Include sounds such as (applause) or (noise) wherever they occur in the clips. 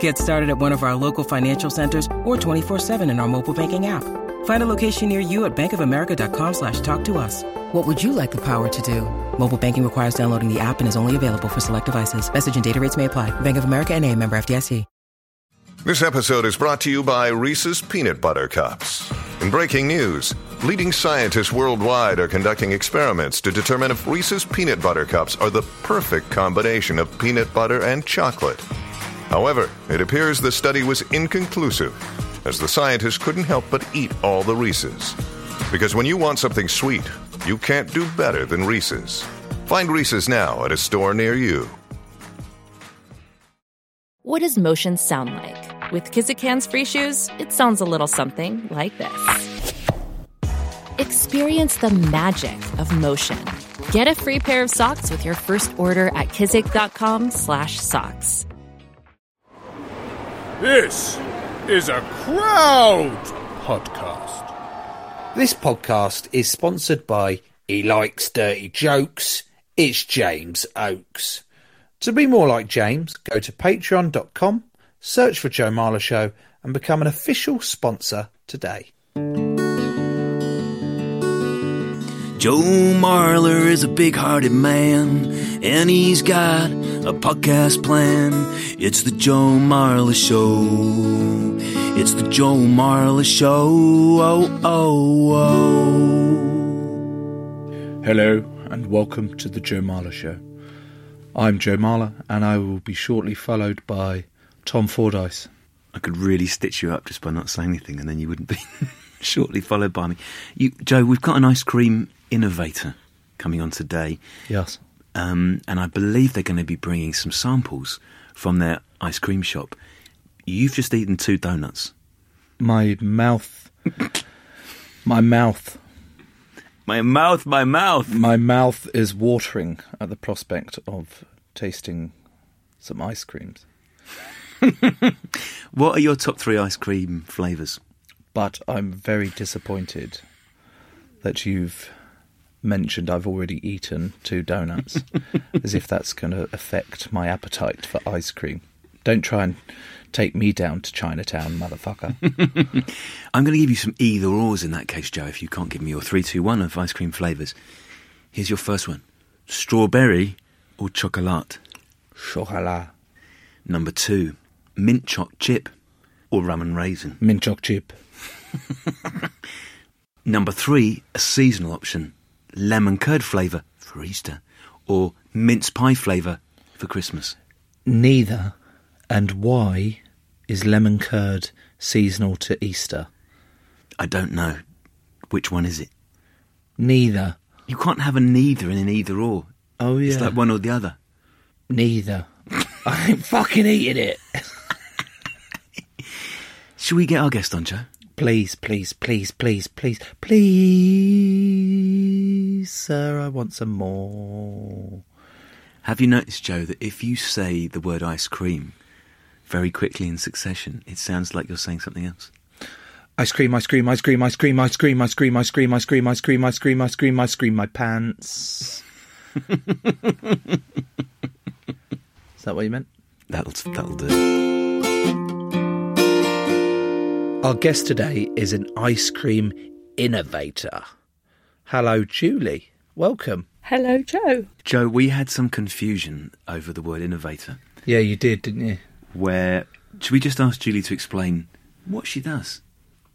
Get started at one of our local financial centers or 24-7 in our mobile banking app. Find a location near you at bankofamerica.com slash talk to us. What would you like the power to do? Mobile banking requires downloading the app and is only available for select devices. Message and data rates may apply. Bank of America and a member FDIC. This episode is brought to you by Reese's Peanut Butter Cups. In breaking news, leading scientists worldwide are conducting experiments to determine if Reese's Peanut Butter Cups are the perfect combination of peanut butter and chocolate. However, it appears the study was inconclusive, as the scientists couldn't help but eat all the Reese's. Because when you want something sweet, you can't do better than Reese's. Find Reese's now at a store near you. What does motion sound like? With Kizikans free shoes, it sounds a little something like this. Experience the magic of motion. Get a free pair of socks with your first order at kizik.com/socks. This is a crowd podcast. This podcast is sponsored by He Likes Dirty Jokes. It's James Oakes. To be more like James, go to patreon.com, search for Joe Marler Show, and become an official sponsor today. Joe Marler is a big hearted man, and he's got a podcast plan. It's the Joe Marler Show. It's the Joe Marler Show. Oh, oh, oh. Hello and welcome to the Joe Marler Show. I'm Joe Marler and I will be shortly followed by Tom Fordyce. I could really stitch you up just by not saying anything, and then you wouldn't be (laughs) shortly followed by me. You, Joe, we've got an ice cream innovator coming on today, Yes. um, and I believe they're going to be bringing some samples from their ice cream shop. You've just eaten two donuts. My mouth. my mouth. My mouth, my mouth. My mouth is watering at the prospect of tasting some ice creams. What are your top three ice cream flavours? But I'm very disappointed that you've mentioned I've already eaten two donuts, as if that's going to affect my appetite for ice cream. Don't try and take me down to Chinatown, motherfucker. I'm going to give you some either ors in that case, Joe, if you can't give me your three, two, one of ice cream flavours. Here's your first one strawberry or chocolate. Chocolat, Number two, mint choc chip or rum and raisin. mint choc chip, Number three, a seasonal option lemon curd flavour for Easter or mince pie flavour for Christmas. neither, and why is lemon curd seasonal to Easter? I don't know. Which one is it? Neither. You can't have a neither and an either or. Oh yeah, It's like one or the other. neither. (laughs) I ain't fucking eating it. Should we get our guest on, Joe? Please, please, please, please, please, please, sir, I want some more. Have you noticed, Joe, that if you say the word ice cream very quickly in succession, it sounds like you're saying something else? Ice cream, ice cream, ice cream, ice cream, ice cream, ice cream, ice cream, ice cream, ice cream, ice cream, ice cream, ice cream, my (laughs) pants. Is that what you meant? That'll, that'll do. Our guest today is an ice cream innovator. Hello, Julie. Welcome. Hello, Joe. Joe, we had some confusion over the word innovator, Yeah, you did, didn't you? where. Should we just ask Julie to explain what she does?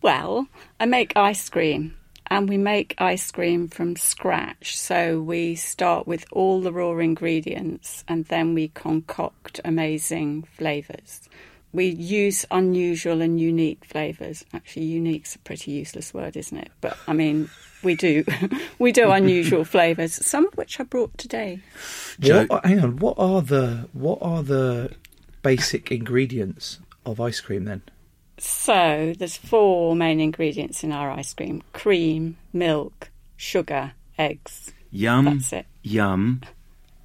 Well, I make ice cream and we make ice cream from scratch. So we start with all the raw ingredients and then we concoct amazing flavours. we use unusual and unique flavours. Actually, unique's a pretty useless word, isn't it? But I mean, we do (laughs) we do (laughs) unusual flavours. Some of which I brought today. Joe- What, Oh, hang on. What are the what are the basic ingredients of ice cream then? So there's four main ingredients in our ice cream: cream, milk, sugar, eggs. Yum, That's it. yum,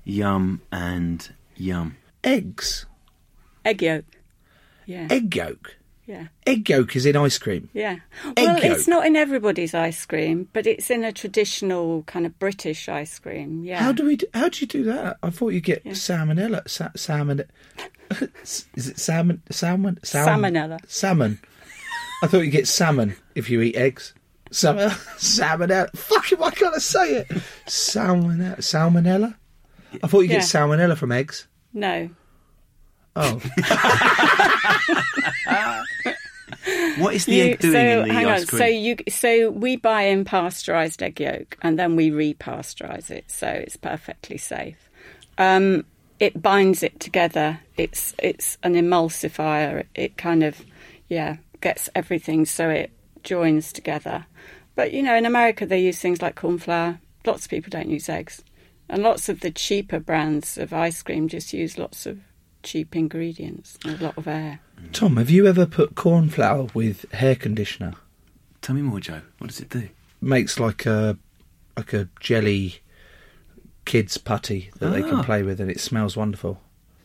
yum, and yum. Eggs, Egg yolk. Yeah. egg yolk. yeah. Egg yolk is in ice cream. Yeah. Egg yolk. well, it's not in everybody's ice cream, but it's in a traditional kind of British ice cream. Yeah. How do we? d- How do you do that? I thought you get salmonella. Sa- salmon. (laughs) is it salmon? Salmon. salmon Salmonella. Salmon. I thought you get salmon if you eat eggs. Salmon. (laughs) Salmonella. Fucking. Why can't I say it? Salmonella. Salmonella. I thought you get Yeah. salmonella from eggs. no. Oh, What is the You- egg doing so in the hang ice on. cream? So you so we buy in pasteurized egg yolk and then we repasteurize it, so it's perfectly safe. Um, it binds it together. It's it's an emulsifier. It kind of yeah gets everything so it joins together. But you know, in America they use things like corn flour. Lots of people don't use eggs, and lots of the cheaper brands of ice cream just use lots of cheap ingredients and a lot of air. Tom, have you ever put corn flour with hair conditioner? Tell me more, Joe. What does it do? Makes like a like a jelly kids putty that they Ah. can play with, and it smells wonderful.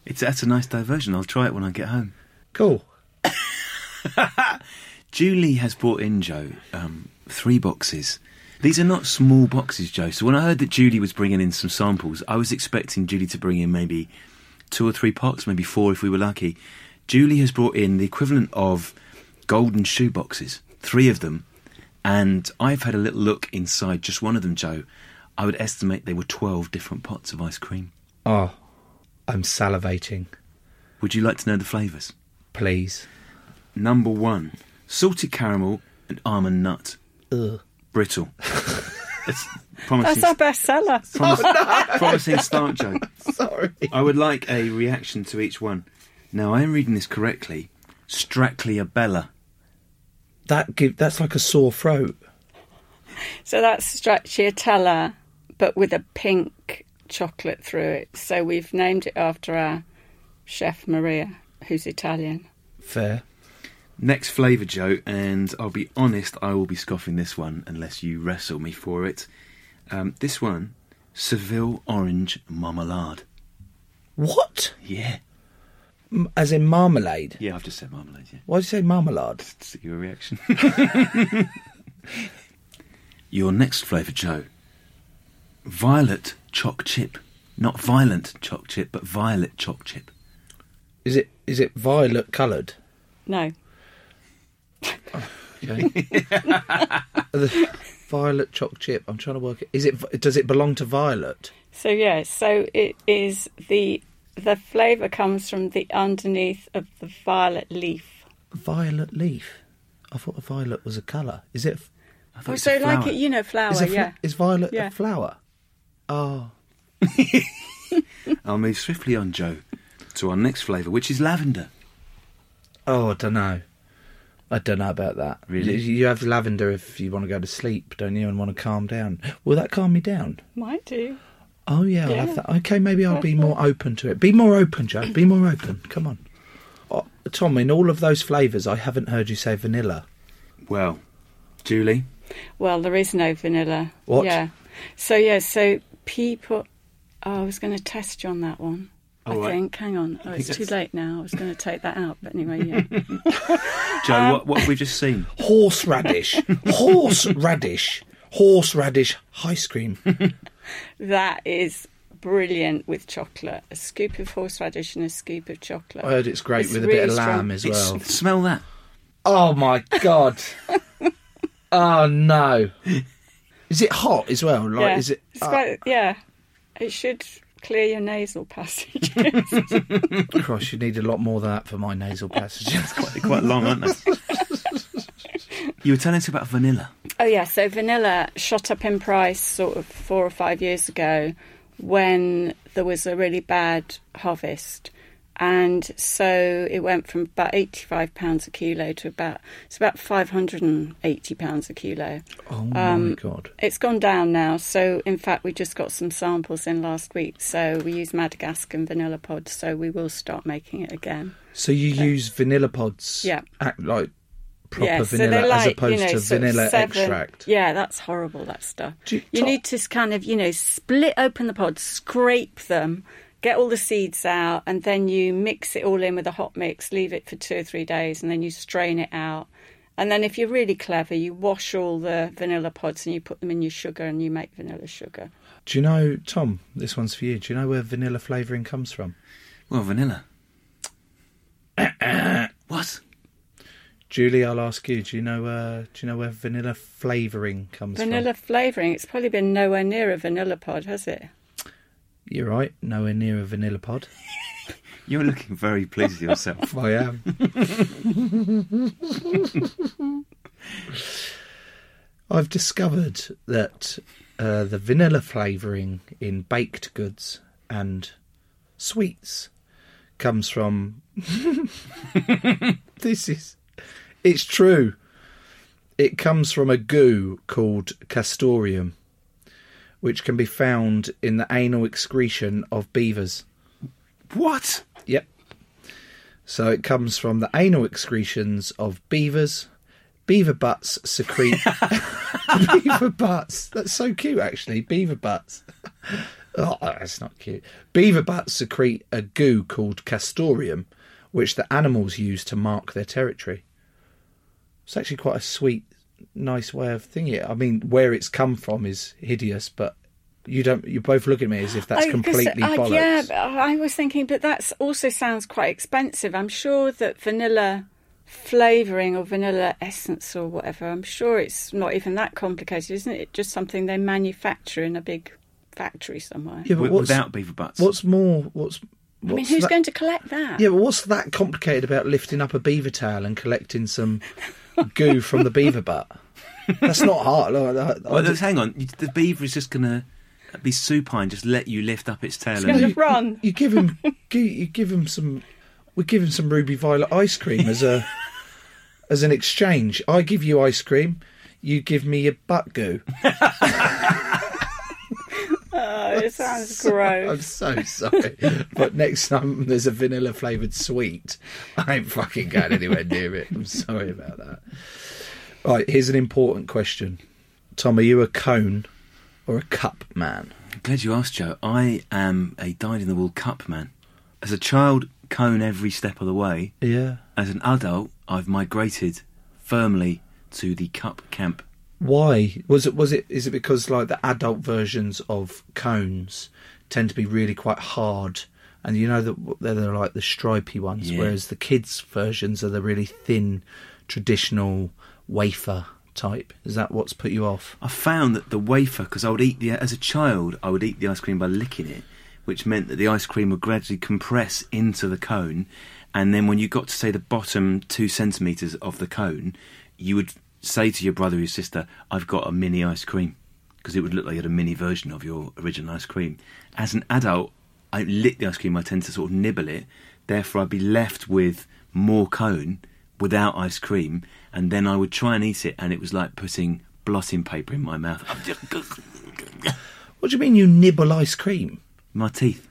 It's that's a nice diversion. I'll try it when I get home. Cool. Julie has brought in Joe um, three boxes. These are not small boxes, Joe. So when I heard that Julie was bringing in some samples, I was expecting Julie to bring in maybe two or three pots, maybe four if we were lucky. Julie has brought in the equivalent of golden shoe boxes, three of them, and I've had a little look inside just one of them, Joe. I would estimate they were 12 different pots of ice cream. Oh, I'm salivating. Would you like to know the flavours? Please. Number one, salted caramel and almond nut. Ugh. (laughs) Brittle. It's promising, That's our best seller. promising, promising start, Joe. (laughs) Sorry. I would like a reaction to each one. Now, I am reading this correctly. Stracliabella. That give that's like a sore throat. So that's stracciatella, but with a pink chocolate through it. So we've named it after our chef Maria, who's Italian. Fair. Next flavour, Joe, and I'll be honest, I will be scoffing this one unless you wrestle me for it. Um, this one, Seville orange marmalade. What? Yeah. M- As in marmalade? Yeah, I've just said marmalade, yeah. Why did you say marmalade? to your reaction. (laughs) your next flavour, Joe. Violet choc chip. Not violent choc chip, but violet choc chip. Is it is it violet coloured? No, Okay. The violet choc chip. I'm trying to work it. Is it? vi- Does it belong to violet? So yeah, so it is the the flavour comes from the underneath of the violet leaf. Violet leaf. I thought a violet was a colour. Is it? I Oh, it's so a like flower. it, you know, flower. Is, a fl- Oh, yeah. is violet Yeah. a flower? Oh, I'll move swiftly on, Joe, to our next flavour, which is lavender. oh, I don't know. I don't know about that. Really? You, you have lavender if you want to go to sleep, don't you, and want to calm down. Will that calm me down? Might do. Oh yeah, I'll have that. Okay, maybe I'll be more open to it. Be more open, Joe. Be more open. Come on. Oh, Tom, in all of those flavours, I haven't heard you say vanilla. Well, Julie, Well, there is no vanilla. What? Yeah. So yeah, so people. Oh, I was going to test you on that one. I All right. think. Hang on. Oh, it's too late now. I was going to take that out, but anyway, yeah. Joe, what, what have we just seen? (laughs) Horseradish. Horseradish. Horseradish ice cream. That is brilliant with chocolate. A scoop of horseradish and a scoop of chocolate. I heard it's great with a really bit of strong. lamb as It's- (laughs) well. smell that. Oh my (laughs) god. oh no. Is it hot as well? Like, yeah. is it? It's quite, yeah. It should clear your nasal passage. Oh, Christ, you need a lot more than that for my nasal (laughs) passages. They're quite long, aren't they? you were telling us about vanilla. (laughs) oh, yeah. So vanilla shot up in price sort of four or five years ago when there was a really bad harvest. and so it went from about eighty-five pounds a kilo to about it's about five hundred and eighty pounds a kilo. Oh Um, my god! It's gone down now. So, in fact, we just got some samples in last week. So, we use Madagascar and vanilla pods. So, we will start making it again. So you use vanilla pods? Yeah. Act like proper yeah, so vanilla they're like, as opposed you know, to sort of vanilla seven- extract. Yeah, that's horrible, that stuff. Do you you top- need to s- kind of, you know, split open the pod, scrape them, get all the seeds out, and then you mix it all in with a hot mix, leave it for two or three days, and then you strain it out. And then, if you're really clever, you wash all the vanilla pods and you put them in your sugar and you make vanilla sugar. Do you know, Tom? This one's for you. Do you know where vanilla flavouring comes from? Well, vanilla. (coughs) what? Julie, I'll ask you. Do you know? Uh, do you know where vanilla flavouring comes Vanilla from? flavouring, it's probably been nowhere near a vanilla pod, has it? You're right. Nowhere near a vanilla pod. You're looking very pleased with yourself. I am. (laughs) I've discovered that uh, the vanilla flavouring in baked goods and sweets comes from. (laughs) this is. It's true. It comes from a goo called castoreum, which can be found in the anal excretion of beavers. What? Yep. So it comes from the anal excretions of beavers. Beaver butts (laughs) secrete. beaver butts. That's so cute, actually. Beaver butts. Oh, that's not cute. Beaver butts secrete a goo called castoreum, which the animals use to mark their territory. It's actually quite a sweet, nice way of thinking it. I mean, where it's come from is hideous, but you don't. You both look at me as if that's Oh, 'cause, completely uh, bollocks. Yeah, but I was thinking, but that also sounds quite expensive. I'm sure that vanilla flavouring or vanilla essence or whatever, I'm sure it's not even that complicated, isn't it? Just something they manufacture in a big factory somewhere. Yeah, (laughs) but W- what's- without beaver butts. What's more, what's, what's I mean, who's that- going to collect that? Yeah, but what's that complicated about lifting up a beaver tail and collecting (laughs) some goo from the beaver butt? That's not hard. Like, I- I Well, just- hang on. You- The beaver is just gonna be supine, just let you lift up its tail. It's and going to run. you give him, gi- you give him some. We give him some ruby violet ice cream as (laughs) a as an exchange. I give you ice cream. You give me your butt goo. Oh, it (laughs) sounds gross. I'm so sorry, but next time there's a vanilla flavored sweet, I ain't fucking going anywhere near it. I'm sorry about that. Right, here's an important question: Tom, are you a cone or a cup man? Glad you asked, Joe. I am a dyed-in-the-wool cup man. As a child, cone every step of the way. Yeah. As an adult, I've migrated firmly to the cup camp. Why was it? Was it? Is it because like the adult versions of cones tend to be really quite hard, and you know that they're, they're like the stripy ones, Yeah. whereas the kids' versions are the really thin, traditional wafer type. Is that what's put you off? I found that the wafer, because I would eat the as a child, I would eat the ice cream by licking it, which meant that the ice cream would gradually compress into the cone, and then when you got to say the bottom two centimeters of the cone, you would say to your brother or your sister, "I've got a mini ice cream," because it would look like you had a mini version of your original ice cream. As an adult, I lick the ice cream. I tend to sort of nibble it, therefore I'd be left with more cone without ice cream, and then I would try and eat it, and it was like putting blotting paper in my mouth. What do you mean you nibble ice cream? (laughs) my teeth.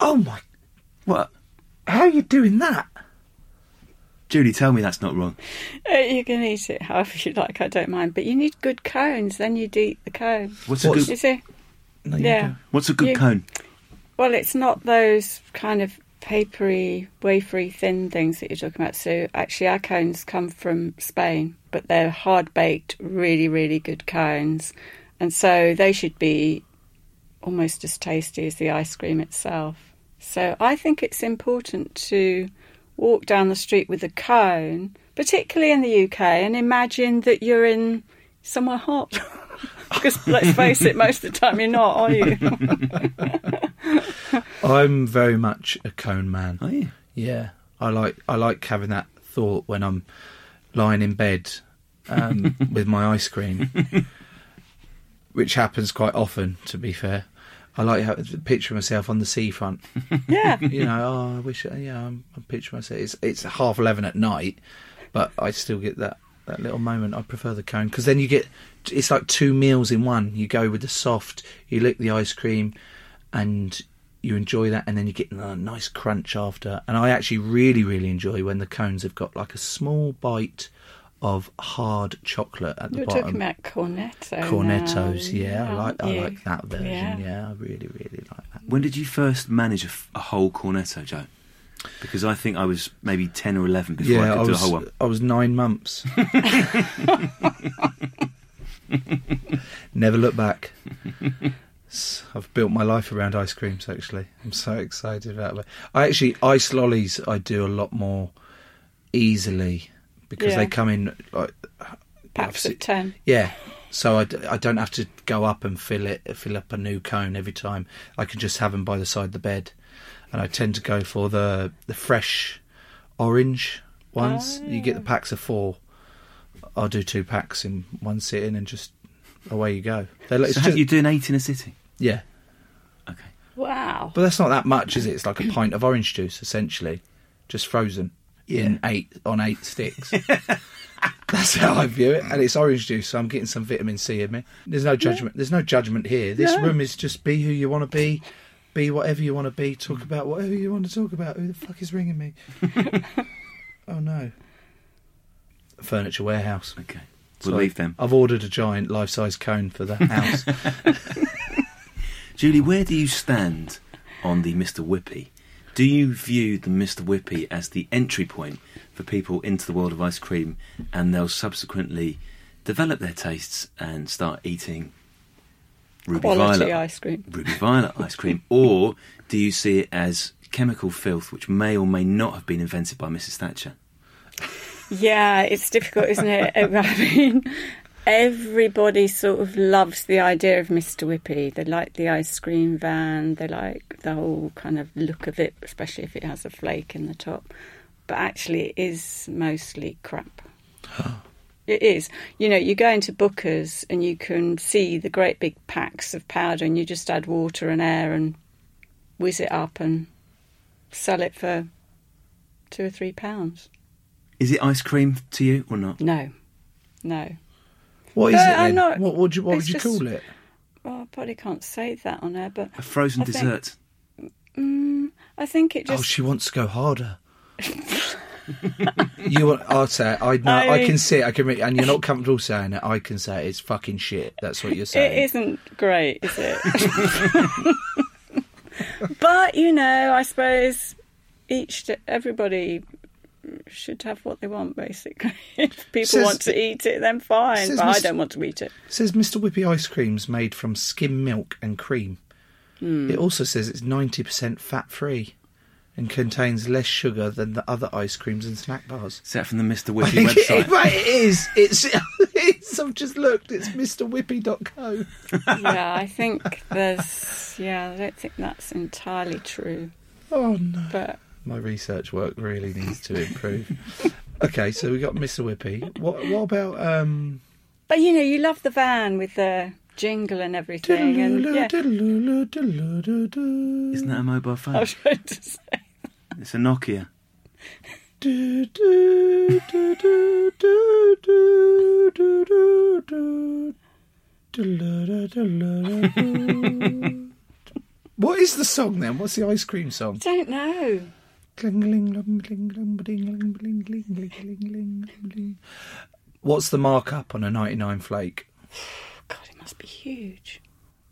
Oh my! What? How are you doing that? Julie, tell me that's not wrong. Uh, You can eat it however you like, I don't mind. But you need good cones, then you'd eat the cone. What's a You good, see? No, you Yeah. don't. what's a good you- cone? Well, it's not those kind of papery, wafery, thin things that you're talking about, Sue. Actually, our cones come from Spain, but they're hard baked, really, really good cones. And so they should be almost as tasty as the ice cream itself. So I think it's important to walk down the street with a cone, particularly in the UK, and imagine that you're in somewhere hot. (laughs) because let's face it, most of the time you're not, are you? I'm very much a cone man. Are you? Yeah, I like I like having that thought when I'm lying in bed (laughs) um, with my ice cream, which happens quite often. To be fair, I like how picture myself on the seafront. Yeah. you know, oh, I wish, yeah, I'm, I'm picturing myself. It's it's half eleven at night, but I still get that that little moment. I prefer the cone because then you get it's like two meals in one. You go with the soft, you lick the ice cream, and you enjoy that, and then you get a nice crunch after. And I actually really really enjoy when the cones have got like a small bite of hard chocolate at the You're bottom. talking about cornetto. Cornettos, now, yeah, I like aren't I you? like that version. Yeah. Yeah. I really really like that. When did you first manage a, f- a whole cornetto, Joe? Because I think I was maybe 10 or 11 before I Yeah, could I do was uh, a whole one. I was nine months. Never look back. S- I've built my life around ice creams. Actually, I'm so excited about it. I actually ice lollies. I do a lot more easily because Yeah. they come in uh, like Packs I've of se- ten. Yeah. So I, d- I don't have to go up and fill it, fill up a new cone every time. I can just have them by the side of the bed, and I tend to go for the the fresh orange ones. You get the packs of four. I'll do two packs in one sitting, and just away you go. They're like, So it's how, just, you're doing eight in a city? yeah, Okay. Wow. but that's not that much, is it? It's like a pint of orange juice essentially, just frozen in eight on eight sticks. (laughs) That's how I view it, and it's orange juice, so I'm getting some vitamin C in me. There's no judgment. There's no judgment here. This room is just be who you want to be, be whatever you want to be, talk about whatever you want to talk about. Who the fuck is ringing (laughs) me? oh no! Furniture warehouse. Okay. We'll Sorry. leave them. I've ordered a giant life-size cone for the (laughs) house. Julie, where do you stand on the Mr. Whippy? Do you view the Mr. Whippy as the entry point for people into the world of ice cream and they'll subsequently develop their tastes and start eating Ruby Quality uh, Violet? ice cream. Ruby Violet ice (laughs) cream, or do you see it as chemical filth which may or may not have been invented by Mrs. Thatcher? Yeah, it's difficult, isn't it? (laughs) I mean, everybody sort of loves the idea of Mr. Whippy. They like the ice cream van, they like the whole kind of look of it, especially if it has a flake in the top. But actually, it is mostly crap. It is. You know, you go into Booker's and you can see the great big packs of powder, and you just add water and air and whiz it up and sell it for two or three pounds. Is it ice cream to you or not? No, no. What is No, it? I'm Then? not- what would you What it's would you just- call it? Well, I probably can't say that on air, but A frozen I think- dessert. mm, I think it just. Oh, she wants to go (laughs) harder. you want? I'll say. It. I know. I I, mean- can see. It, I can. Re- and you're not comfortable saying it. I can say it. it's fucking shit. That's what you're saying. It isn't great, is it? (laughs) but you know, I suppose each everybody should have what they want. Basically, (laughs) if people Says- want to eat it, then fine. says But I Miss- don't want to eat it. says Mr. Whippy ice creams made from skim milk and cream. Hmm. It also says it's ninety percent fat free, and contains less sugar than the other ice creams and snack (laughs) bars. Is that from the Mr. Whippy It, website? right, it is. It's, (laughs) it's. I've just looked. It's MrWhippy.co. Yeah, I think there's. Yeah, I don't think that's entirely true. Oh no. But My research work really needs to improve. okay, so we got Mr. Whippy. What what about um but you know, you love the van with the jingle and everything, and diddle-oo-loo, yeah. (laughs) diddle-oo-loo, diddle-oo-doo-doo, Isn't that a mobile phone? I was trying to say. It's a Nokia. doo-doo-doo-doo-doo-doo-doo, diddle-oo-doo-doo-doo. What is the song then? What's the ice cream song? Don't know. What's the markup on a 99 flake? God, it must be huge.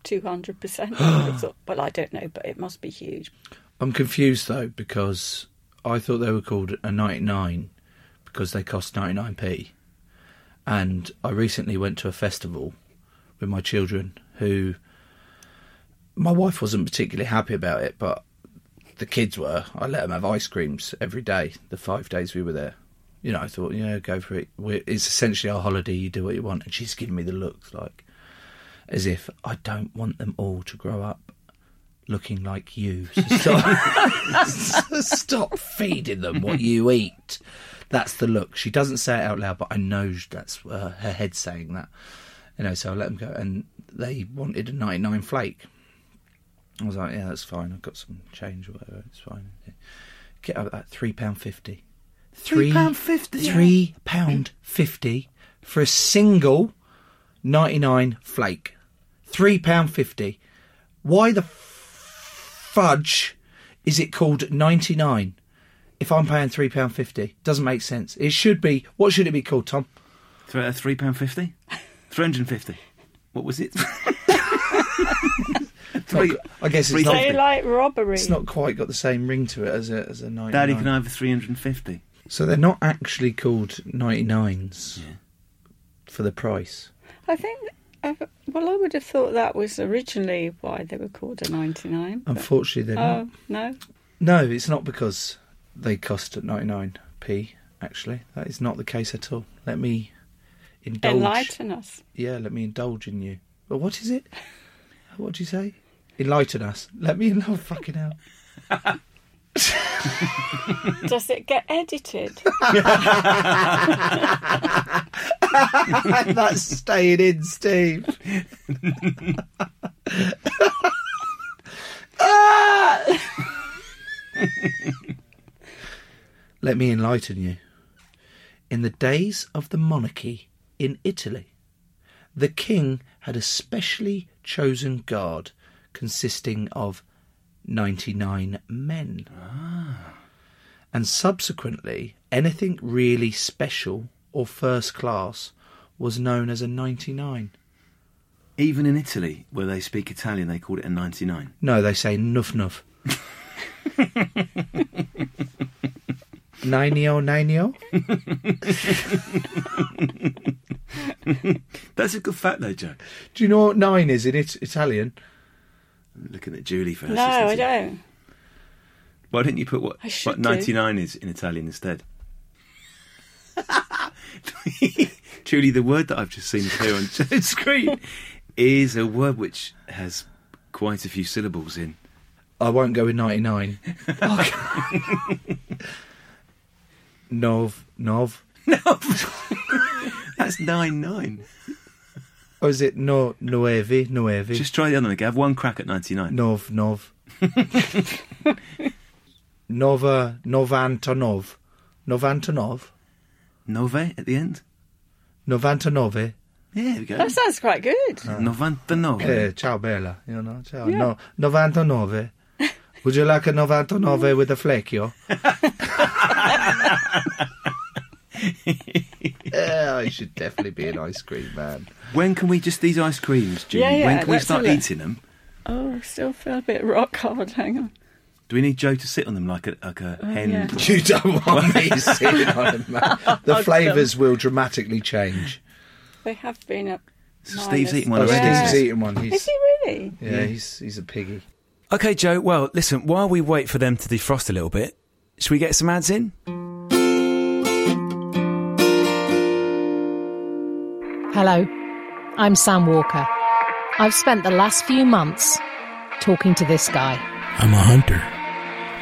200%. (gasps) I would've thought. well, I don't know, but it must be huge. I'm confused though because I thought they were called a 99 because they cost 99p. And I recently went to a festival with my children who my wife wasn't particularly happy about it, but the kids were. I let them have ice creams every day, the five days we were there. You know, I thought, yeah, go for it. We're, it's essentially our holiday. You do what you want. And she's giving me the looks like, as if I don't want them all to grow up looking like you. So stop, (laughs) (laughs) stop feeding them what you eat. That's the look. She doesn't say it out loud, but I know that's uh, her head saying that. You know, so I let them go, and they wanted a 99 flake. I was like, yeah, that's fine. I've got some change or whatever. It's fine. Get up at three pound fifty. Three pound fifty? Three pound fifty for a single ninety-nine flake. Three pound fifty. Why the f- fudge is it called ninety-nine? If I'm paying three pound fifty, doesn't make sense. It should be. What should it be called, Tom? Th- uh, three pound fifty, three hundred and fifty. What was (laughs) it? Three- I guess three it's not. fifty. Daylight robbery. It's not quite got the same ring to it as a as a ninety-nine. Daddy can have three hundred and fifty. So they're not actually called 99s for the price. I think. I, well, I would have thought that was originally why they were called a 99. but- Unfortunately, they're not. Oh, no. No, it's not because they cost at 99p, actually. That is not the case at all. Let me indulge. Enlighten us. Yeah, let me indulge in you. But what is it? (laughs) What do you say? Enlighten us. Let me (laughs) know. Fucking hell. Does it get (laughs) edited? (laughs) That's staying in, Steve. Ah! Let me enlighten you. In the days of the monarchy in Italy, the king had a specially chosen guard consisting of 99 men. And subsequently, anything really special or first class was known as a 99. Even in Italy, where they speak Italian, they called it a ninety-nine. No, they say nuff nuff. Nineo, nineo. That's a good fact, though, Joe. Do you know what nine is in it- Italian? Looking at Julie for her no, I assistance. don't. Why don't you put what, I should what do. 99 is in Italian instead? (laughs) Truly, the word that I've just seen appear on (laughs) Joe's screen is a word which has quite a few syllables in. I won't go with 99. (laughs) nov, nov. That's 99. Or Oh, is it no, nueve, nueve? Just try the other one again. Have one crack at 99. nov, nov. Nova, novantanov. Novantanov. Nove eh, at the end. Novantanove. Yeah, there we go. That sounds quite good. Eh, Novantanove. ciao bella, you know, ciao. No, 99. Would you like a 99 with a (laughs) flecchio? yeah, I Eh, should definitely be an ice cream man. When can we just these ice creams, Julie? Yeah, yeah, when can we let's start have it. eating them? Oh, I still feel a bit rock hard. Hang on. Do we need Joe to sit on them like a like a hen? Oh, yeah. You don't want (laughs) me sitting on it, man. The flavours will dramatically change. They have been up. So Steve's eating one Oh, of Yeah. these. Steve's eating one. He's, Is he really? yeah, he's he's a piggy. Okay, Joe, well, listen, while we wait for them to defrost a little bit, should we get some ads in? Hello, I'm Sam Walker. I've spent the last few months talking to this guy. I'm a hunter.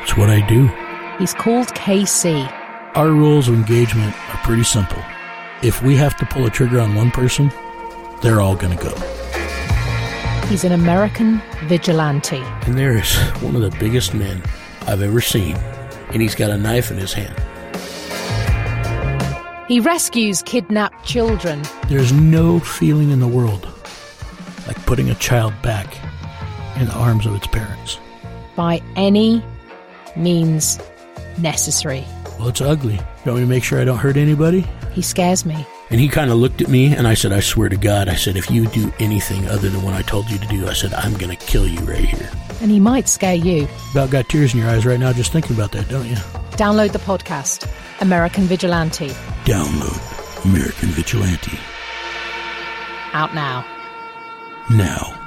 It's what I do. He's called KC. Our rules of engagement are pretty simple. If we have to pull a trigger on one person, they're all going to go. He's an American vigilante. And there is one of the biggest men I've ever seen, and he's got a knife in his hand. He rescues kidnapped children. There's no feeling in the world like putting a child back in the arms of its parents. by any means necessary. Well, it's ugly. You want me to make sure I don't hurt anybody? He scares me. And he kind of looked at me and I said, I swear to God, I said, if you do anything other than what I told you to do, I said, I'm going to kill you right here. And he might scare you. About got tears in your eyes right now just thinking about that, don't you? Download the podcast, American Vigilante, Download American Vigilante out now. now.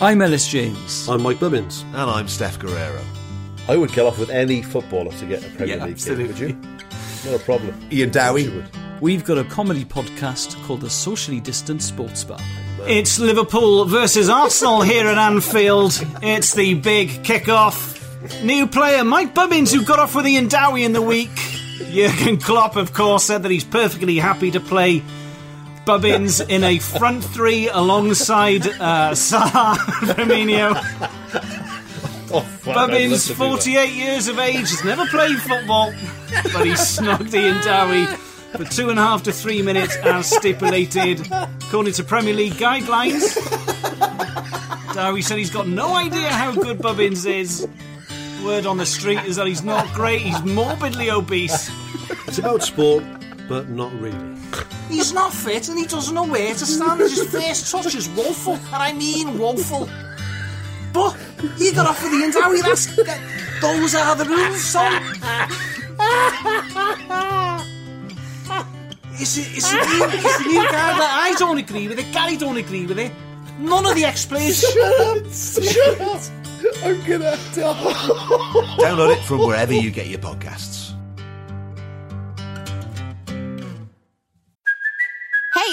I'm Ellis James. I'm Mike Bubbins. And I'm Steph Guerrero. I would go off with any footballer to get a Premier Yeah, League absolutely. gig, would you? Not a problem. (laughs) Ian Dowie. We've got a comedy podcast called The Socially Distant Sports Bar. It's Liverpool versus Arsenal here at Anfield. It's the big kickoff. New player Mike Bubbins, who got off with Ian Dowie in the week. Jurgen Klopp, of course, said that he's perfectly happy to play Bubbins in a front three alongside uh, (laughs) Salah Firmino. Bubbins, 48 years of age, has never played football, but he snogged Ian Dowie for two and a half to three minutes (laughs) as stipulated, according to Premier League guidelines. Dowie said he's got no idea how good Bubbins is. Word on the street is that he's not great, he's morbidly obese. It's about sport, but not really. He's not fit and he doesn't know where to stand. His first touch is woeful, and I mean woeful. But he got off with Ian Dowie. That's that, those are the rules. So it's a, it's, a new, it's a new guy that I don't agree with it. Gary don't agree with it. None of the (laughs) explanations. Shut up! I'm gonna die. Download it from wherever you get your podcasts. Hey,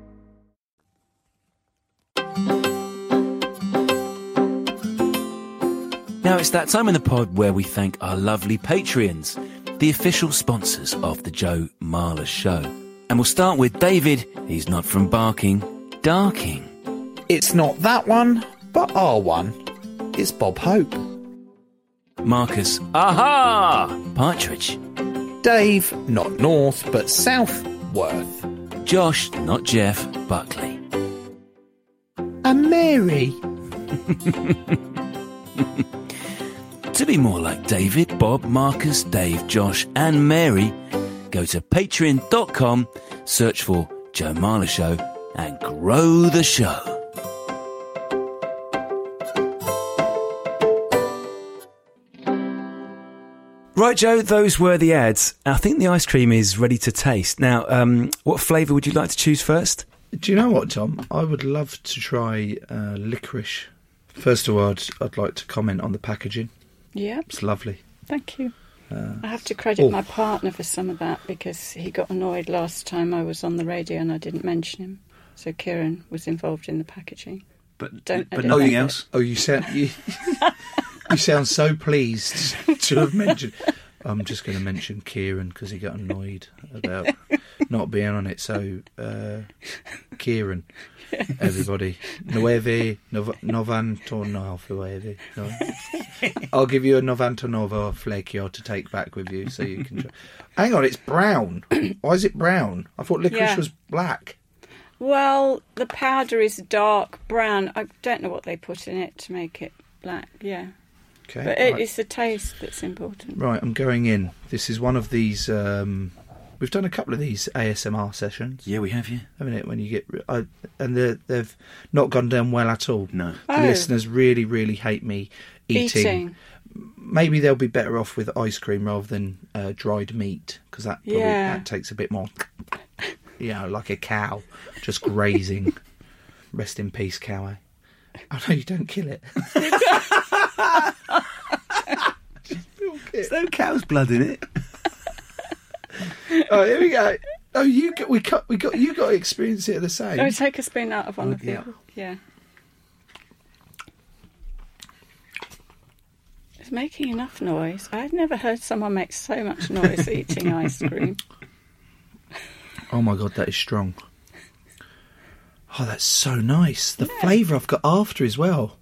Now it's that time in the pod where we thank our lovely Patreons, the official sponsors of the Joe Marler Show. And we'll start with David, he's not from Barking, Darking. It's not that one, but our one. It's Bob Hope. Marcus, aha! Partridge. Dave, not North, but South, Worth. Josh, not Jeff, Buckley. And Mary. to be more like David, Bob, Marcus, Dave, Josh, and Mary, go to patreon.com, search for Joe Marler Show, and grow the show. Right, Joe, those were the ads. I think the ice cream is ready to taste. Now, um, what flavour would you like to choose first? Do you know what, Tom? I would love to try uh, licorice. First of all, I'd, I'd like to comment on the packaging. Yeah. It's lovely. Thank you. Uh, I have to credit oh. my partner for some of that because he got annoyed last time I was on the radio and I didn't mention him. So Kieran was involved in the packaging. But Don't but edit nothing that else. Oh, you sound you, (laughs) you sound so pleased to have mentioned. I'm just going to mention Kieran because he got annoyed about not being on it. So, uh, Kieran, everybody, nueve nov- novantonov, nueve. No. I'll give you a novantonova flakior to take back with you, so you can. Try. Hang on, it's brown. Why is it brown? I thought licorice Yeah. was black. Well, the powder is dark brown. I don't know what they put in it to make it black. Yeah. Okay, But it, right. it's the taste that's important. Right, I'm going in. This is one of these. Um, we've done a couple of these ASMR sessions. Yeah, we have. Yeah, haven't it? When you get I, and they're, they've not gone down well at all. No, the Oh. listeners really, really hate me eating. Eating. Maybe they'll be better off with ice cream rather than uh, dried meat because that probably, Yeah. that takes a bit more. You know, like a cow just grazing. (laughs) Rest in peace, cow. eh? I know you don't kill (laughs) it. There's no cow's blood in it. Oh, here we go. Oh, you got, we got we got you got to experience it the same. Oh, take a spoon out of one of the Oh, Yeah. other. Yeah. It's making enough noise. I've never heard someone make so (laughs) much noise eating ice cream. Oh my god, that is strong. Oh, that's so nice. The flavour I've got after as well.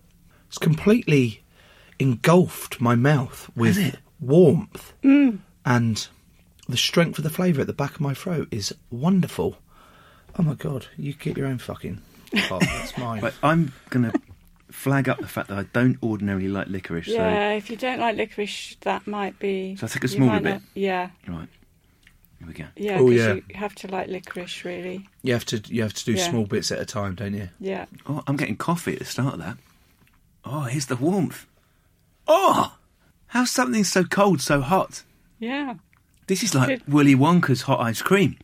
It's completely engulfed my mouth with warmth. Mm. And the strength of the flavour at the back of my throat is wonderful. Oh my god, you get your own fucking. Oh, (laughs) that's mine. Right, I'm going to flag up the fact that I don't ordinarily like licorice. Yeah, if you don't like licorice, that might be. So I take a you smaller might bit. Not, yeah, So, right. Here we go. yeah. Oh, 'cause yeah. You have to like licorice, really. You have to you have to do Yeah. small bits at a time, don't you? Yeah. Oh, I'm getting coffee at the start of that. Oh, here's the warmth. Oh! How's something so cold so hot? Yeah. This is (laughs) like Good. Willy Wonka's hot ice cream.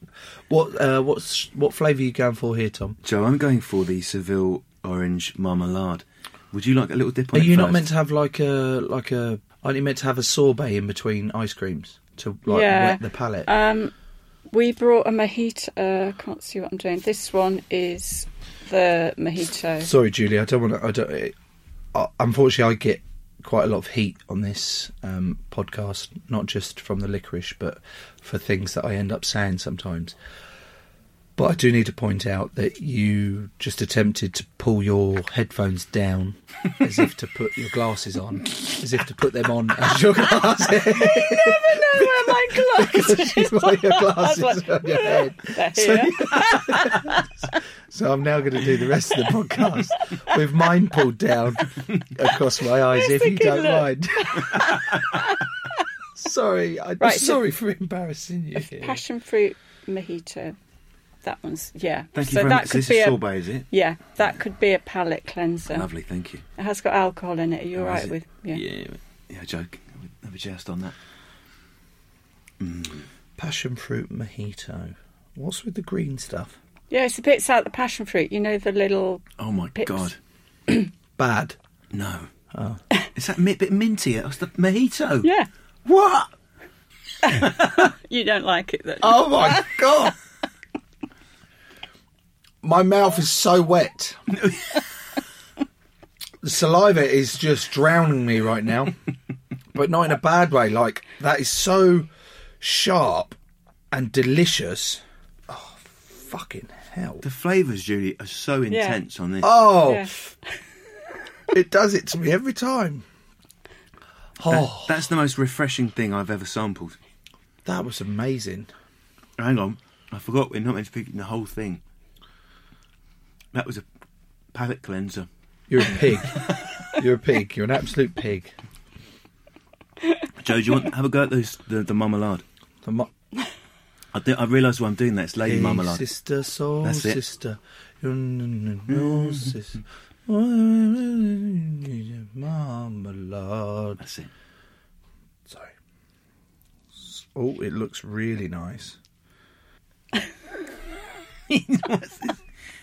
What uh, what's what flavour are you going for here, Tom? Joe, I'm going for the Seville orange marmalade. Would you like a little dip on Are it you not first? meant to have like a like a? Aren't you meant to have a sorbet in between ice creams to like yeah. wet the palate? Um, we brought a mojito. Uh, can't see what I'm doing. This one is the (laughs) mojito. Sorry, Julie, I don't want to. I don't. It, uh, unfortunately, I get quite a lot of heat on this um, podcast, not just from the licorice, but for things that I end up saying sometimes. But I do need to point out that you just attempted to pull your headphones down as if to put your glasses on, as if to put them on as your (laughs) glasses. Oh I never know where my glasses (laughs) She's got your glasses I was like, on your (laughs) head. They're So- here. (laughs) So I'm now going to do the rest of the podcast with mine pulled down across my eyes, if you thinking don't that- mind. (laughs) sorry, I'm Right, so- sorry for embarrassing you. here. Passion fruit mojito. That one's yeah. Thank you so very that much. So Could this be is a, sorbet, is it? Yeah, that could be a palate cleanser. Lovely, thank you. It has got alcohol in it. Are you all Oh, is right it? with? Yeah. yeah, yeah, joke. I would have a jest on that. Mm. Passion fruit mojito. What's with the green stuff? Yeah, it's the bits out the passion fruit. You know the little. Oh my pips. god, bad. No. Oh. Is that mi- bit minty? That's the mojito. Yeah. What? You don't like it then. Oh my god! My mouth is so wet. the saliva is just drowning me right now, but not in a bad way. Like that is so sharp and delicious. Oh, fucking hell! The flavours, Julie, are so Yeah. intense on this. Oh, it does it to me every time. Oh, That- that's the most refreshing thing I've ever sampled. That was amazing. Hang on, I forgot we're not meant to be eating the whole thing. That was a palate cleanser. you're a pig. you're a pig. You're an absolute pig. Joe, do you want have a go at those the, the marmalade? The mu- I, do, I realise why I'm doing that. It's lady Hey, marmalade. Sister, soul That's it. sister. (laughs) You n- n- no sis- Marmalade. That's it. Sorry. S- Oh, it looks really nice.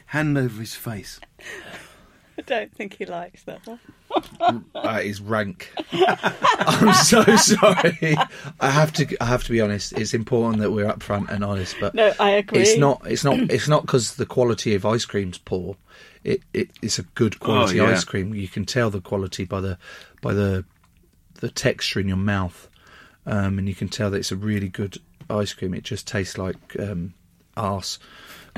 Hand over his face. I don't think he likes that one. (laughs) That Uh, is rank. I'm so sorry. I have to. I have to be honest. It's important that we're upfront and honest. But No, I agree. It's not. It's not. It's not because the quality of ice cream's poor. It, it it's a good quality Oh, yeah. ice cream. You can tell the quality by the by the the texture in your mouth, um, and you can tell that it's a really good ice cream. It just tastes like um, arse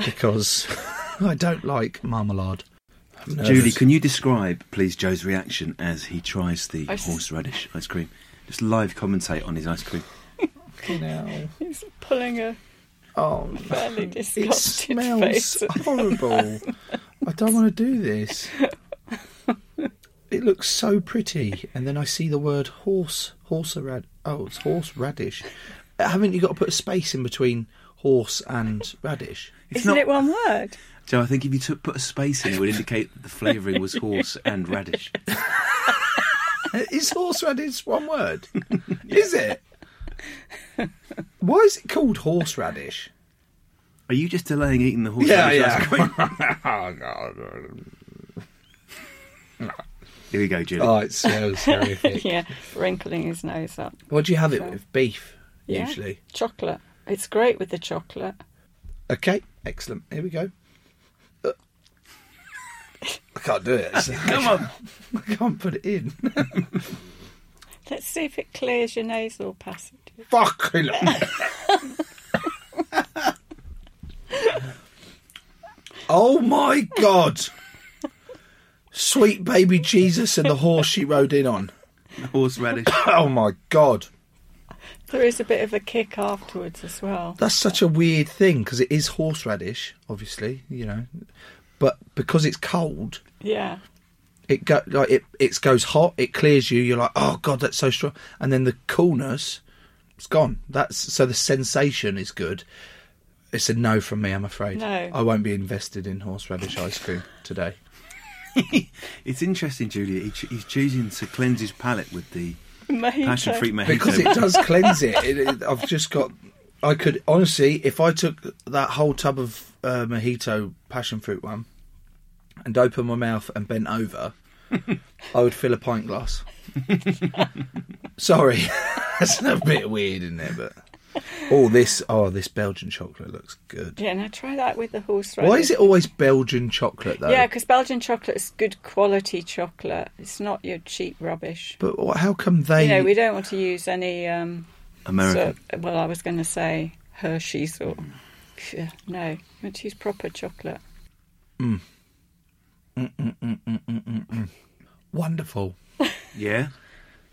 because (laughs) I don't like marmalade. Uh, I'm nervous. Julie, can you describe, please, Joe's reaction as he tries the I s- horseradish ice cream? Just live commentate on his ice cream. He's pulling a. Oh, (laughs) fairly It disgusted face. (laughs) smells horrible. I don't want to do this. It looks so pretty, and then I see the word horse, horse rad. Oh, it's horse radish. Haven't you got to put a space in between horse and radish? Isn't it one word? Joe, I think if you took, put a space in, it would indicate that the flavouring was horse and radish. Is horseradish one (laughs) word? Is it? Why is it called horseradish? Are you just delaying eating the horseradish Yeah, ice cream? (laughs) yeah. Here we go, Julie. Oh, it smells (laughs) horrific. yeah, wrinkling his nose up. What do you have it So- with? Beef, Yeah. usually. Chocolate. It's great with the chocolate. Okay, excellent. Here we go. Uh, I can't do it. (laughs) Come on. I can't put it in. Let's see if it clears your nasal passage. Fuck. oh my God. Sweet baby Jesus and the horse she rode in on. Horseradish. oh my God. There is a bit of a kick afterwards as well. That's such a weird thing because it is horseradish, obviously, you know, but because it's cold, Yeah. it go like it it goes hot, it clears you. You're like, oh god, that's so strong, and then the coolness, it's gone. That's so the sensation is good. It's a no from me, I'm afraid. No. I won't be invested in horseradish ice cream today. It's interesting, Julia. He ch- he's choosing to cleanse his palate with the Mojito. passion fruit mojito because it does cleanse it. It- it- I've just got. I could honestly, if I took that whole tub of uh, mojito passion fruit one and opened my mouth and bent over, I would fill a pint glass. Sorry, (laughs) that's a bit weird in there, but oh, this oh, this Belgian chocolate looks good. Yeah, now try that with the horseradish. Why is it always Belgian chocolate though? Yeah, because Belgian chocolate is good quality chocolate. It's not your cheap rubbish. but wh- how come they? You know, we don't want to use any. Um, American. sort- well, I was going to say Hershey's or. Yeah, No, you want to use proper chocolate. Mm. Mm, mm, mm, mm, mm, mm, mm. Wonderful. Yeah.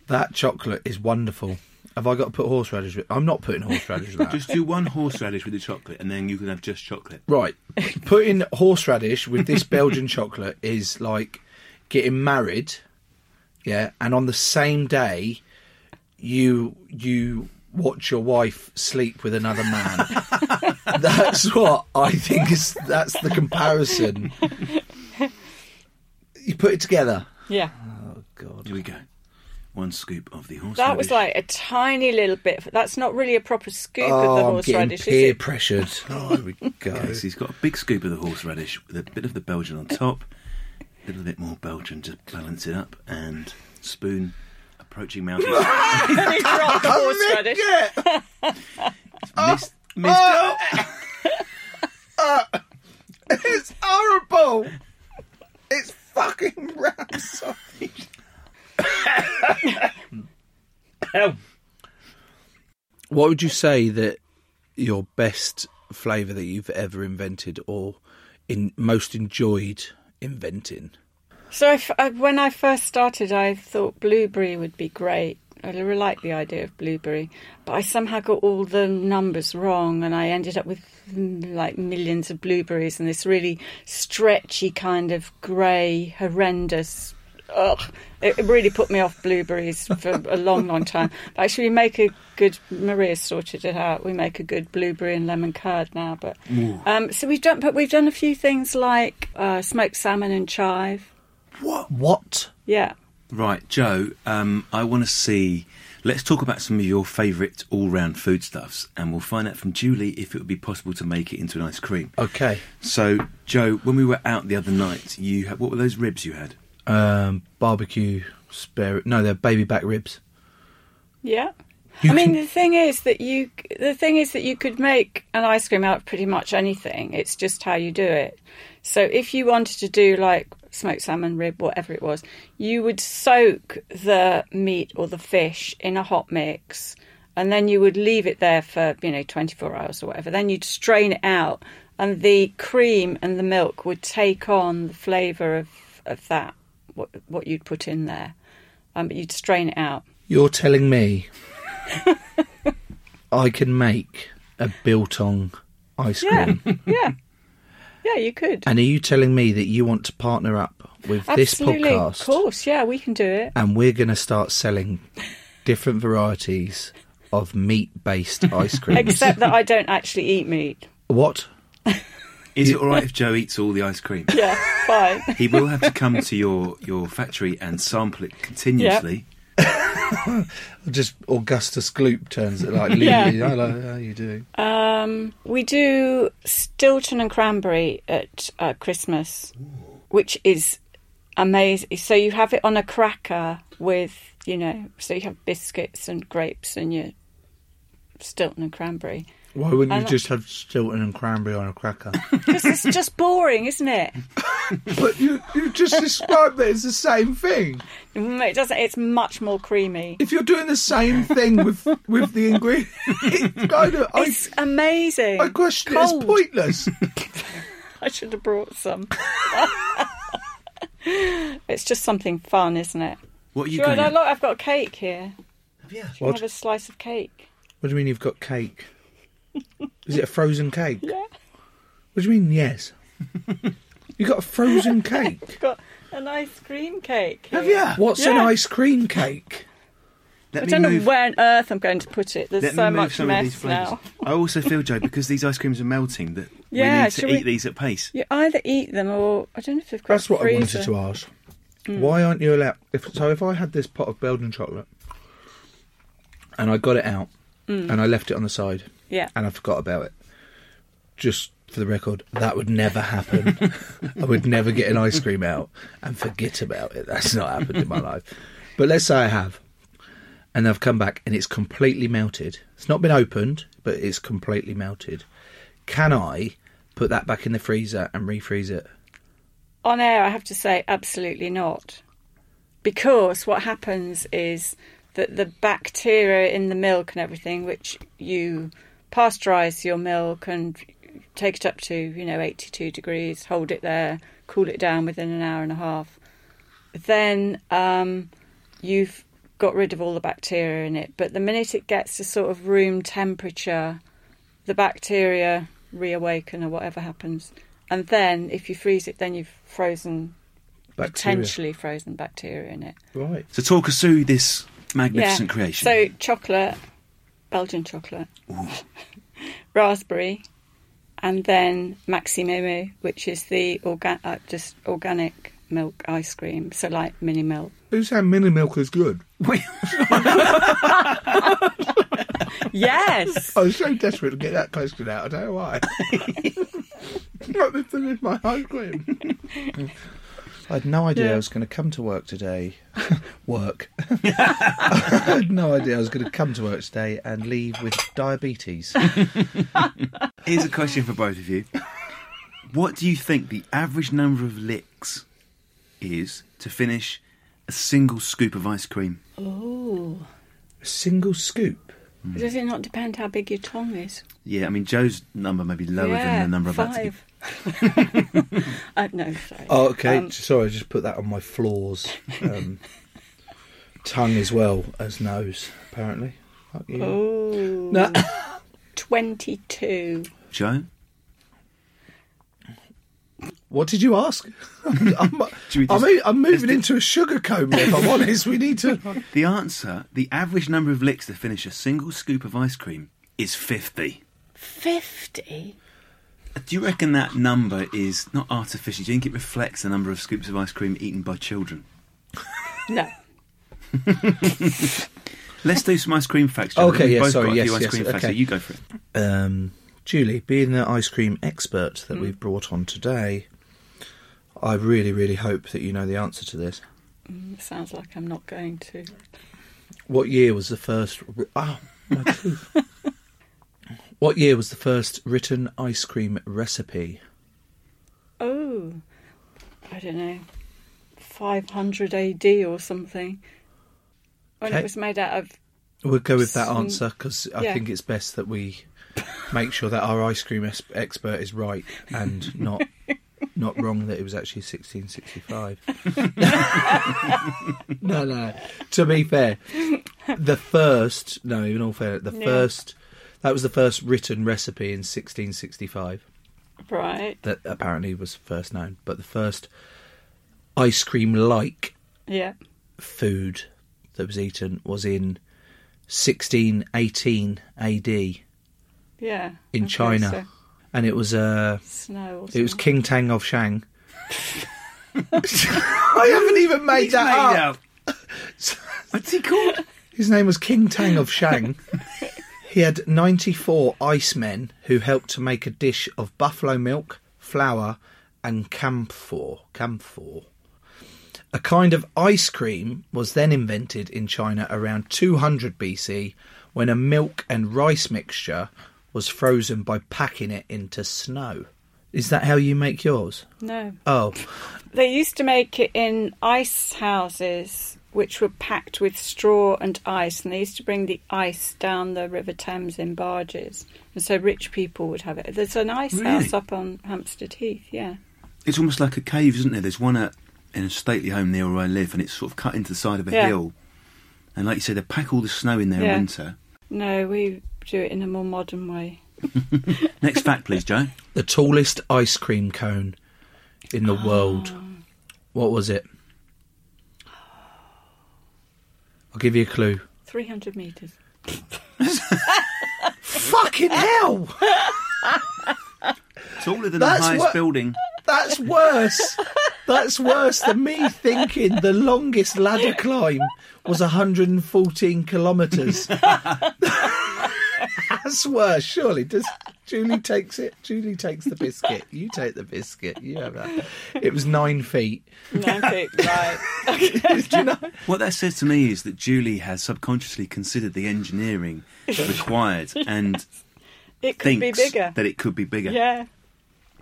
That chocolate is wonderful. Have I got to put horseradish? With, I'm not (laughs) putting horseradish with that. Just do one horseradish with the chocolate, and then you can have just chocolate. Right. Putting horseradish with (laughs) this Belgian chocolate is like getting married, yeah, and on the same day you you watch your wife sleep with another (laughs) man. that's what I think is that's the comparison. You put it together. Yeah. God. Here we go. One scoop of the horseradish. That was like a tiny little bit. That's not really a proper scoop of the Oh, I'm horseradish, getting is peer it? pressured. Oh, here we (laughs) go. Okay, so he's got a big scoop of the horseradish with a bit of the Belgian on top, a little bit more Belgian to balance it up, and spoon approaching mouth. (laughs) He dropped the horseradish. (laughs) Missed- missed- it's horrible. It's fucking rancid. what would you say that your best flavour that you've ever invented or in most enjoyed inventing? So I f I when I first started, I thought blueberry would be great. I really liked the idea of blueberry, but I somehow got all the numbers wrong, and I ended up with mm, like millions of blueberries and this really stretchy kind of grey, horrendous. Ugh, it it really put me off blueberries for a long, long time. But actually, we make a good. Maria sorted it out. We make a good blueberry and lemon curd now. But Ooh. um, so we've done. But we've done a few things like uh, smoked salmon and chive. What? What? Yeah. Right, Joe, um, I want to see. Let's talk about some of your favourite all round foodstuffs, and we'll find out from Julie if it would be possible to make it into an ice cream. Okay. So, Joe, when we were out the other night, you had, what were those ribs you had? Um, barbecue spare. No, they're baby back ribs. Yeah. I mean, the thing is that you the thing is that you could make an ice cream out of pretty much anything. It's just how you do it. So if you wanted to do like smoked salmon rib, whatever it was, you would soak the meat or the fish in a hot mix, and then you would leave it there for you know 24 hours or whatever. Then you'd strain it out, and the cream and the milk would take on the flavour of of that what what you'd put in there. Um, but you'd strain it out. You're telling (laughs) me I can make a biltong ice Yeah. cream. yeah. Yeah, you could. And are you telling me that you want to partner up with Absolutely. this podcast Of course, yeah, we can do it. and we're going to start selling different varieties of meat (laughs) based ice cream? Except that I don't actually eat meat. What? Is it all right if Joe eats all the ice cream? Yeah, fine. He will have to come to your, your factory and sample it continuously. Just Augustus Gloop turns it like, (laughs) Yeah. yeah. I like how you doing? Um, we do Stilton and Cranberry at uh, Christmas, which is amazing. So you have it on a cracker with, you know, so you have biscuits and grapes and your Stilton and Cranberry. Why wouldn't I'm you not- just have Stilton and cranberry on a cracker? Because it's just boring, isn't it? (laughs) but you, you just described it as the same thing. Mm, It doesn't. It's much more creamy. If you're doing the same thing with with the ingredient, (laughs) it's kind of I, It's amazing. I question it's (laughs) pointless. I should have brought some. (laughs) it's just something fun, isn't it? What are you Do want- going- Look, I've got a cake here. Yeah. Do you What? have a slice of cake? What do you mean you've got cake? Is it a frozen cake? Yeah. What do you mean yes? you got a frozen cake. I've got an ice cream cake. Have you? here. What's an Yeah. ice cream cake? I don't know where on earth I'm going to put it. There's Let so me move much some of these mess flavours. now. I also feel, Joe, because these ice creams are melting, that we Yeah, need to shall eat we- these at pace. You either eat them or I don't know if they've got. That's what I freezer. wanted to ask. Mm. Why aren't you allowed? If, so if I had this pot of Belgian chocolate and I got it out Mm. and I left it on the side, Yeah. and I forgot about it, just for the record, that would never happen. (laughs) I would never get an ice cream out and forget about it. That's not happened in my life. But let's say I have, and I've come back and it's completely melted. It's not been opened, but it's completely melted. Can I put that back in the freezer and refreeze it? On air, I have to say, absolutely not. Because what happens is that the bacteria in the milk and everything, which you pasteurize your milk and take it up to, you know, 82 degrees, hold it there, cool it down within an hour and a half, then um, you've got rid of all the bacteria in it. But the minute it gets to sort of room temperature, the bacteria reawaken or whatever happens. And then if you freeze it, then you've frozen, Bacteria. potentially frozen bacteria in it. Right. So talk us through this magnificent creation. So chocolate, Belgian chocolate, (laughs) raspberry, and then Maxi Mumu, which is the orga- uh, just organic milk ice cream. So like mini milk. Who's saying mini milk is good? Yes. (laughs) I was Oh, so desperate to get that question out. I don't know why. Not the thing with my ice cream. I had no idea Yeah. I was going to come to work (laughs) today. work. I had no idea I was going to come to work today and leave with diabetes. Here's a question for both of you. What do you think the average number of licks is to finish a single scoop of ice cream? Oh. A single scoop? Does it not depend how big your tongue is? Yeah, I mean, Joe's number may be lower than the number of that. five. (laughs) uh, no, sorry. Oh, okay. Um, Sorry, I just put that on my floors. (laughs) Um, tongue as well as nose, apparently. Fuck you. Oh. (laughs) No. 22. Joe? What did you (laughs) ask? I'm, I'm, I'm, I'm moving into a sugar coma, if I'm honest. We need (laughs) to. The answer, the average number of licks to finish a single scoop of ice cream is 50. 50? Do you reckon that number is not artificial? Do you think it reflects the number of scoops of ice cream eaten by children? No. Let's do some ice cream facts. Joe. Okay, We've yeah, both sorry, got a yes, few ice yes, cream facts, so okay. you go for it. Um, Julie, being the ice cream expert Hmm. that we've brought on today, I really, really hope that you know the answer to this. Mm, sounds like I'm not going to. What year was the first? Oh, (laughs) my tooth. what year was the first written ice cream recipe? Oh, I don't know. 500 AD or something. When Okay. it was made out of. We'll go with that some- answer because I Yeah. think it's best that we make sure that our ice cream es- expert is right and not not wrong that it was actually 1665. (laughs) no, no. To be fair, the first no, in all fair, the Yeah. first that was the first written recipe in 1665 Right. that apparently was first known, but the first ice cream like Yeah. food that was eaten was in 1618 AD in Yeah. okay, China, so and it was uh, Snow or it was something. King Tang of (laughs) Shang. I haven't even made He's that Ah! made up. What's he called? His name was King Tang of Shang. he had 94 icemen who helped to make a dish of buffalo milk, flour, and camphor. Camphor. A kind of ice cream was then invented in China around 200 BC when a milk and rice mixture was frozen by packing it into snow. Is that how you make yours? No. Oh, They used to make it in ice houses, which were packed with straw and ice, and they used to bring the ice down the River Thames in barges. And so rich people would have it. There's an ice Really? house up on Hampstead Heath, yeah. It's almost like a cave, isn't there? There's one at, in a stately home near where I live, and it's sort of cut into the side of a Yeah. hill. And like you say, they pack all the snow in there Yeah. in winter. No, we do it in a more modern way. Next fact, please, Joe. the tallest ice cream cone in the world. What was it? I'll give you a clue. 300 metres. Fucking hell! Taller than That's the highest what- building. (laughs) That's worse. That's worse than me thinking the longest ladder climb was 114 (laughs) kilometres. That's worse, surely. Does Julie takes it? Julie takes the biscuit. You take the biscuit. You have that. It was nine feet. Nine feet, (laughs) right. What that says to me is that Julie has subconsciously considered the (laughs) engineering required and It could thinks be bigger. that it could be bigger. Yeah.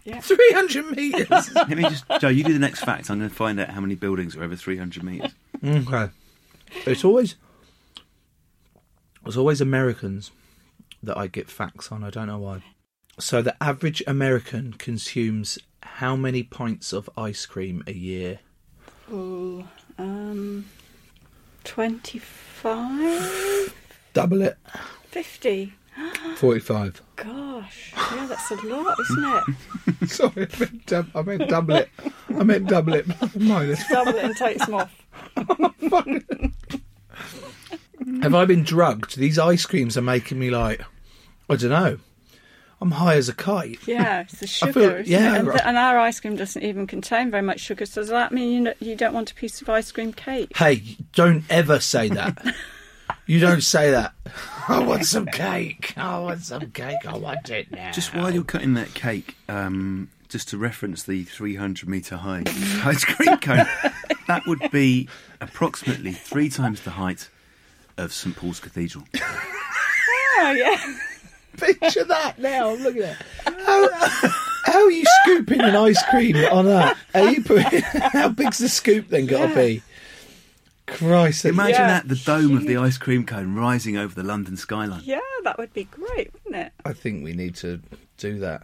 yeah. (laughs) 300 metres. Let me just, Joe, you do the next fact. I'm going to find out how many buildings are over 300 metres. Okay. It's always it's always Americans that I get facts on. I don't know why. So the average American consumes how many pints of ice cream a year? Ooh, um, 25? Double it. 50? Forty-five. Gosh, yeah, that's a lot, isn't it? (laughs) Sorry, I meant, dub- I meant double it. I meant double it. (laughs) Minus. Double it and take some off. Have I been drugged? These ice creams are making me like, I don't know. I'm high as a kite. Yeah, it's the I sugar. feel- isn't yeah, it? and, right. th- and our ice cream doesn't even contain very much sugar. So does that mean you, know, you don't want a piece of ice cream cake? Hey, don't ever say (laughs) that. you don't say that. (laughs) I want some cake. I want some cake. I want it now. Just while you're cutting that cake, um, just to reference the 300 metre (laughs) high ice cream cone, that would be approximately three times the height of St Paul's (laughs) Cathedral. Oh, yeah. (laughs) Picture that now. I'm looking at it. How, how are you scooping an ice cream on that? Are you putting, (laughs) how big's the scoop then got to be? Christ. Imagine Yeah. that, the dome of the ice cream cone rising over the London skyline. Yeah, that would be great, wouldn't it? I think we need to do that.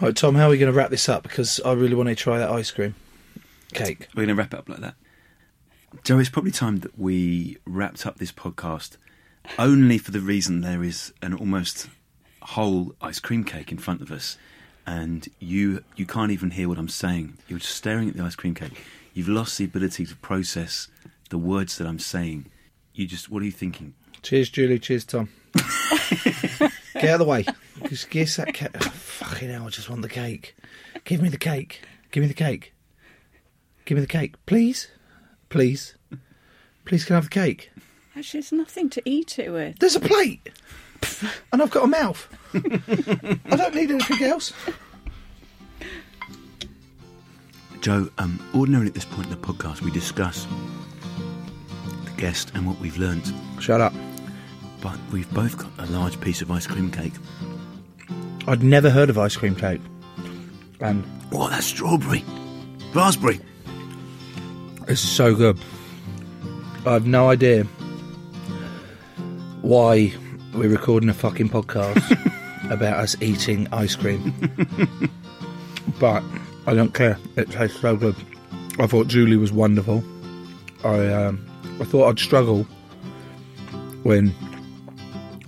Right, Tom, how are we going to wrap this up? Because I really want to try that ice cream cake. We're going to wrap it up like that. Joe, it's probably time that we wrapped up this podcast only for the reason there is an almost whole ice cream cake in front of us. And you you can't even hear what I'm saying. You're just staring at the ice cream cake. You've lost the ability to process the words that I'm saying. You just what are you thinking? Cheers, Julie. Cheers, Tom. Get out of the way. Just give us that cake. Oh, fucking hell, I just want the cake. Give me the cake. Give me the cake. Give me the cake. Please. Please. Please, can I have the cake? Actually, there's nothing to eat it with. There's a plate. And I've got a mouth. I don't need anything else. Joe, um, ordinarily at this point in the podcast, we discuss the guest and what we've learnt. Shut up. But we've both got a large piece of ice cream cake. I'd never heard of ice cream cake. And Oh, that's strawberry. Raspberry. It's so good. I have no idea why we're recording a fucking podcast about us eating ice cream. but I don't care. It tastes so good. I thought Julie was wonderful. I um, I thought I'd struggle when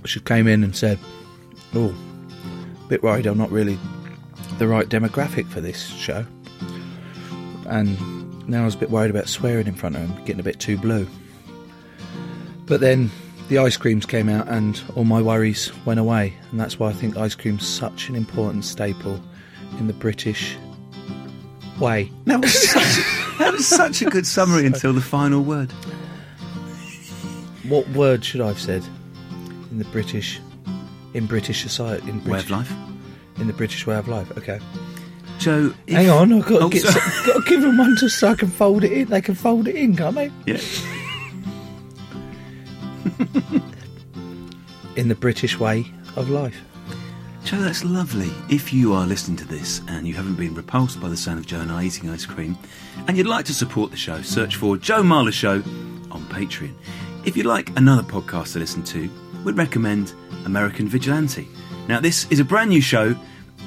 she came in and said, "Oh, bit worried. I'm not really the right demographic for this show." and now I was a bit worried about swearing in front of him, getting a bit too blue. But then the ice creams came out and all my worries went away, and that's why I think ice cream's such an important staple in the British way. That was such, that was such a good summary until the final word. What word should I have said in the British, in British society, in British, of life? in the British way of life? Okay. Joe, if- hang on, I've got to, Oh, get, sorry. got to give them one just so I can fold it in. They can fold it in, can't they? Yeah. in the British way of life. Joe, that's lovely. If you are listening to this and you haven't been repulsed by the sound of Joe and I eating ice cream, and you'd like to support the show, search for Joe Marler Show on Patreon. If you'd like another podcast to listen to, we'd recommend American Vigilante. Now, this is a brand new show,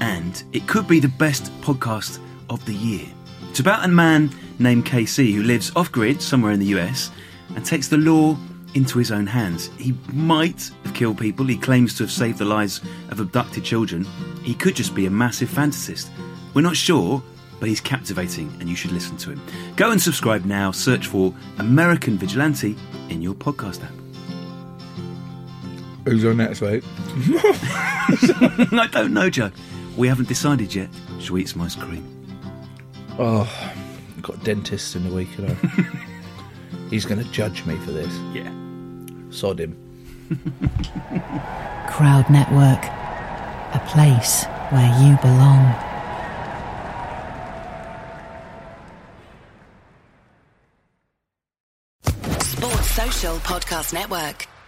and it could be the best podcast of the year. It's about a man named KC who lives off grid somewhere in the US and takes the law into his own hands. He might have killed people, he claims to have saved the lives of abducted children. He could just be a massive fantasist. We're not sure, but he's captivating and you should listen to him. Go and subscribe now, search for American Vigilante in your podcast app. (laughs) Who's on next, mate? I don't know, Joe. We haven't decided yet. Shall we eat some ice cream? Oh, I've got a dentist in a week, and I. He's going to judge me for this. Yeah. Sod him. Crowd Network, a place where you belong. Sports Social Podcast Network.